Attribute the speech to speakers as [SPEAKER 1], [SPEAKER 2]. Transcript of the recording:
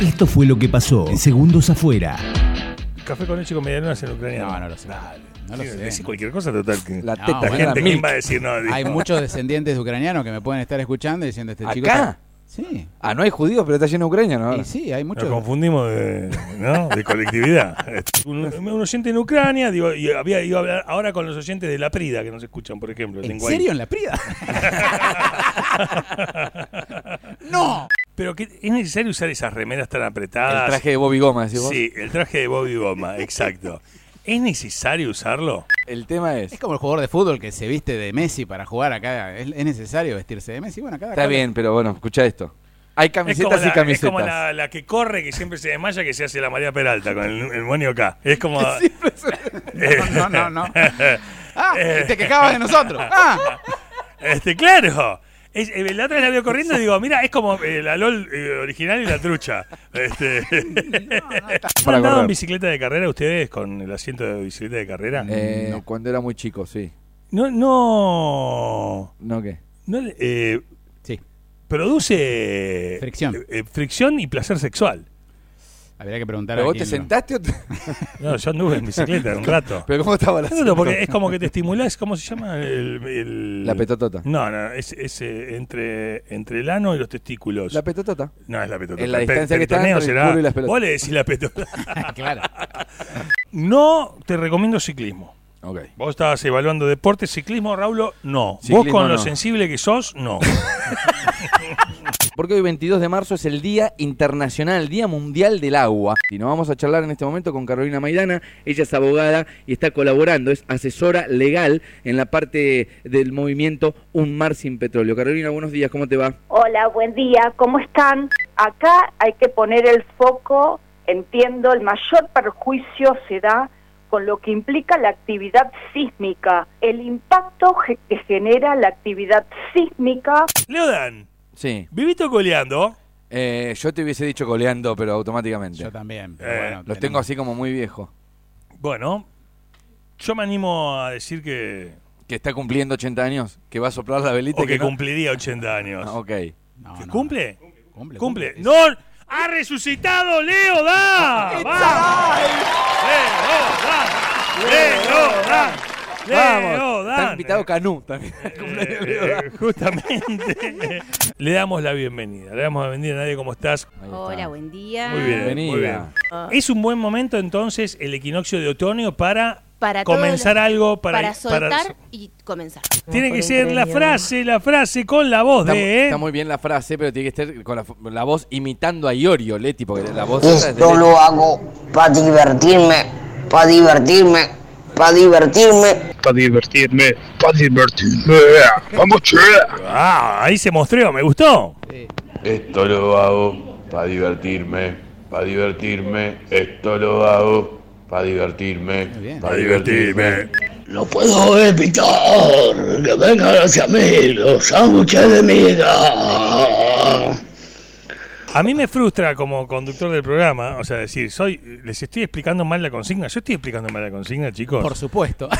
[SPEAKER 1] Esto fue lo que pasó en Segundos Afuera.
[SPEAKER 2] Café con leche con medialunas en Ucrania.
[SPEAKER 3] No, no lo sé. No lo
[SPEAKER 2] Sí,
[SPEAKER 3] sé.
[SPEAKER 2] decís cualquier cosa total. Que
[SPEAKER 4] La
[SPEAKER 3] No,
[SPEAKER 4] teta
[SPEAKER 2] la
[SPEAKER 3] bueno,
[SPEAKER 2] gente,
[SPEAKER 4] milk.
[SPEAKER 2] ¿quién va a decir no?
[SPEAKER 3] Hay muchos descendientes de ucranianos que me pueden estar escuchando y diciendo este chico.
[SPEAKER 4] ¿Acá?
[SPEAKER 3] está- Sí.
[SPEAKER 4] Ah, no hay judíos, pero está lleno de Ucrania, ¿no?
[SPEAKER 3] Y sí, hay muchos.
[SPEAKER 2] Nos confundimos de, ¿no? de colectividad. Este, un, un oyente en Ucrania, digo, y había ido a hablar ahora con los oyentes de La Prida que nos escuchan, por ejemplo.
[SPEAKER 3] ¿En
[SPEAKER 2] tengo ahí.
[SPEAKER 3] serio en la prida? ¡No!
[SPEAKER 2] Pero que es necesario usar esas remeras tan apretadas.
[SPEAKER 4] El traje de Bobby Goma, decís vos.
[SPEAKER 2] Ah, Sí, el traje de Bobby Goma, exacto. ¿Es necesario usarlo?
[SPEAKER 4] El tema es.
[SPEAKER 3] Es como el jugador de fútbol que se viste de Messi para jugar acá. ¿Es, es necesario vestirse de Messi? Bueno, acá.
[SPEAKER 4] Está bien, pero bueno, escucha esto. Hay
[SPEAKER 2] Es como,
[SPEAKER 4] camisetas y
[SPEAKER 2] la, es como
[SPEAKER 4] camisetas.
[SPEAKER 2] la, la que corre, que siempre se desmaya, que se hace la María Peralta con el, el moño acá. Es como...
[SPEAKER 3] No, no, no. no. Ah,
[SPEAKER 4] Eh.
[SPEAKER 3] y te quejabas de nosotros. Ah,
[SPEAKER 2] Este, claro. Es, eh, la otra vez la veo corriendo y digo, mira, es como eh, la LOL eh, original y la trucha. Este. ¿Han andado
[SPEAKER 4] Para
[SPEAKER 2] en
[SPEAKER 4] correr.
[SPEAKER 2] bicicleta de carrera ustedes con el asiento de bicicleta de carrera?
[SPEAKER 4] Eh, Cuando era muy chico, sí.
[SPEAKER 2] No, no.
[SPEAKER 4] ¿No qué?
[SPEAKER 2] no eh,
[SPEAKER 3] sí.
[SPEAKER 2] produce.
[SPEAKER 3] Fricción.
[SPEAKER 2] eh, eh, fricción y placer sexual.
[SPEAKER 3] Habría que preguntar
[SPEAKER 4] ¿Pero
[SPEAKER 3] a
[SPEAKER 4] vos te
[SPEAKER 3] quién lo-
[SPEAKER 4] sentaste o te...
[SPEAKER 2] No, yo anduve en bicicleta un rato.
[SPEAKER 4] ¿Pero cómo estaba la
[SPEAKER 2] No, no, porque es como que te estimulás, ¿cómo se llama? El- el-
[SPEAKER 4] La petotota.
[SPEAKER 2] No, no, es, es, eh, entre, entre el ano y los testículos.
[SPEAKER 4] La petotota.
[SPEAKER 2] No, es la petota.
[SPEAKER 4] En la
[SPEAKER 2] Pe-
[SPEAKER 4] distancia que está
[SPEAKER 2] peritoneo
[SPEAKER 4] entre el
[SPEAKER 2] será.
[SPEAKER 4] culo y las pelotas.
[SPEAKER 2] Vos le decís la petota.
[SPEAKER 3] Ah, claro.
[SPEAKER 2] No te recomiendo ciclismo.
[SPEAKER 4] Ok.
[SPEAKER 2] Vos estabas evaluando deporte, ciclismo, Raulo, no. Vos
[SPEAKER 4] Ciclismo,
[SPEAKER 2] con lo
[SPEAKER 4] no.
[SPEAKER 2] sensible que sos, no.
[SPEAKER 4] Porque hoy 22 de marzo es el Día Internacional, Día Mundial del Agua. Y nos vamos a charlar en este momento con Carolina Maidana. Ella es abogada y está colaborando, es asesora legal en la parte del movimiento Un Mar Sin Petróleo. Carolina, buenos días, ¿cómo te va?
[SPEAKER 5] Hola, buen día, ¿cómo están? Acá hay que poner el foco, entiendo, el mayor perjuicio se da con lo que implica la actividad sísmica, el impacto ge- que genera la actividad sísmica.
[SPEAKER 2] Leodan,
[SPEAKER 4] Sí. eh,
[SPEAKER 2] vivito coleando.
[SPEAKER 4] yo te hubiese dicho coleando, pero automáticamente.
[SPEAKER 3] Yo también. pero
[SPEAKER 2] Eh,
[SPEAKER 3] bueno,
[SPEAKER 4] Los tengo
[SPEAKER 3] tenemos-
[SPEAKER 4] así como muy viejo.
[SPEAKER 2] Bueno, yo me animo a decir que.
[SPEAKER 4] Que está cumpliendo 80 años, que va a soplar la velita.
[SPEAKER 2] O
[SPEAKER 4] y
[SPEAKER 2] que
[SPEAKER 4] no-
[SPEAKER 2] cumpliría 80 años.
[SPEAKER 4] Ah, ok.
[SPEAKER 3] No,
[SPEAKER 2] ¿Que
[SPEAKER 3] no.
[SPEAKER 2] ¿Cumple?
[SPEAKER 3] Cumple,
[SPEAKER 2] Cumple.
[SPEAKER 3] cumple.
[SPEAKER 2] ¡No! ¡Ha resucitado Leo Dan! ¡Vamos! ¡Leo Dan! ¡Leo Dan! ¡Leo Dan!
[SPEAKER 4] Está invitado Canú también.
[SPEAKER 2] Eh, eh, justamente. le damos la bienvenida. Le damos la bienvenida a nadie como estás.
[SPEAKER 6] Hola, buen día.
[SPEAKER 2] Muy bien,
[SPEAKER 4] Bienvenida.
[SPEAKER 2] muy bien. Es un buen momento entonces el equinoccio de otoño para,
[SPEAKER 6] Para todo
[SPEAKER 2] comenzar
[SPEAKER 6] lo-
[SPEAKER 2] algo, para,
[SPEAKER 6] Para, soltar
[SPEAKER 2] para-
[SPEAKER 6] y comenzar.
[SPEAKER 2] tiene que ser la frase, la frase con la voz ¿eh?
[SPEAKER 4] Está,
[SPEAKER 2] de.
[SPEAKER 4] está muy bien la frase, pero tiene que estar con la, la voz imitando a Iorio, Leti, porque la voz esa es de
[SPEAKER 7] Esto
[SPEAKER 4] Leti.
[SPEAKER 7] lo hago para divertirme, para divertirme, para divertirme.
[SPEAKER 8] para divertirme, para divertirme. Vamos, che.
[SPEAKER 2] Ah, ahí se mostreó, me gustó.
[SPEAKER 9] Esto lo hago para divertirme, para divertirme. Esto lo hago para divertirme,
[SPEAKER 3] bien.
[SPEAKER 9] para divertirme.
[SPEAKER 8] No puedo evitar que vengan hacia mí los sándwiches de miga.
[SPEAKER 2] A mí me frustra como conductor del programa, o sea, decir, soy, les estoy explicando mal la consigna. Yo estoy explicando mal la consigna, chicos.
[SPEAKER 3] Por supuesto.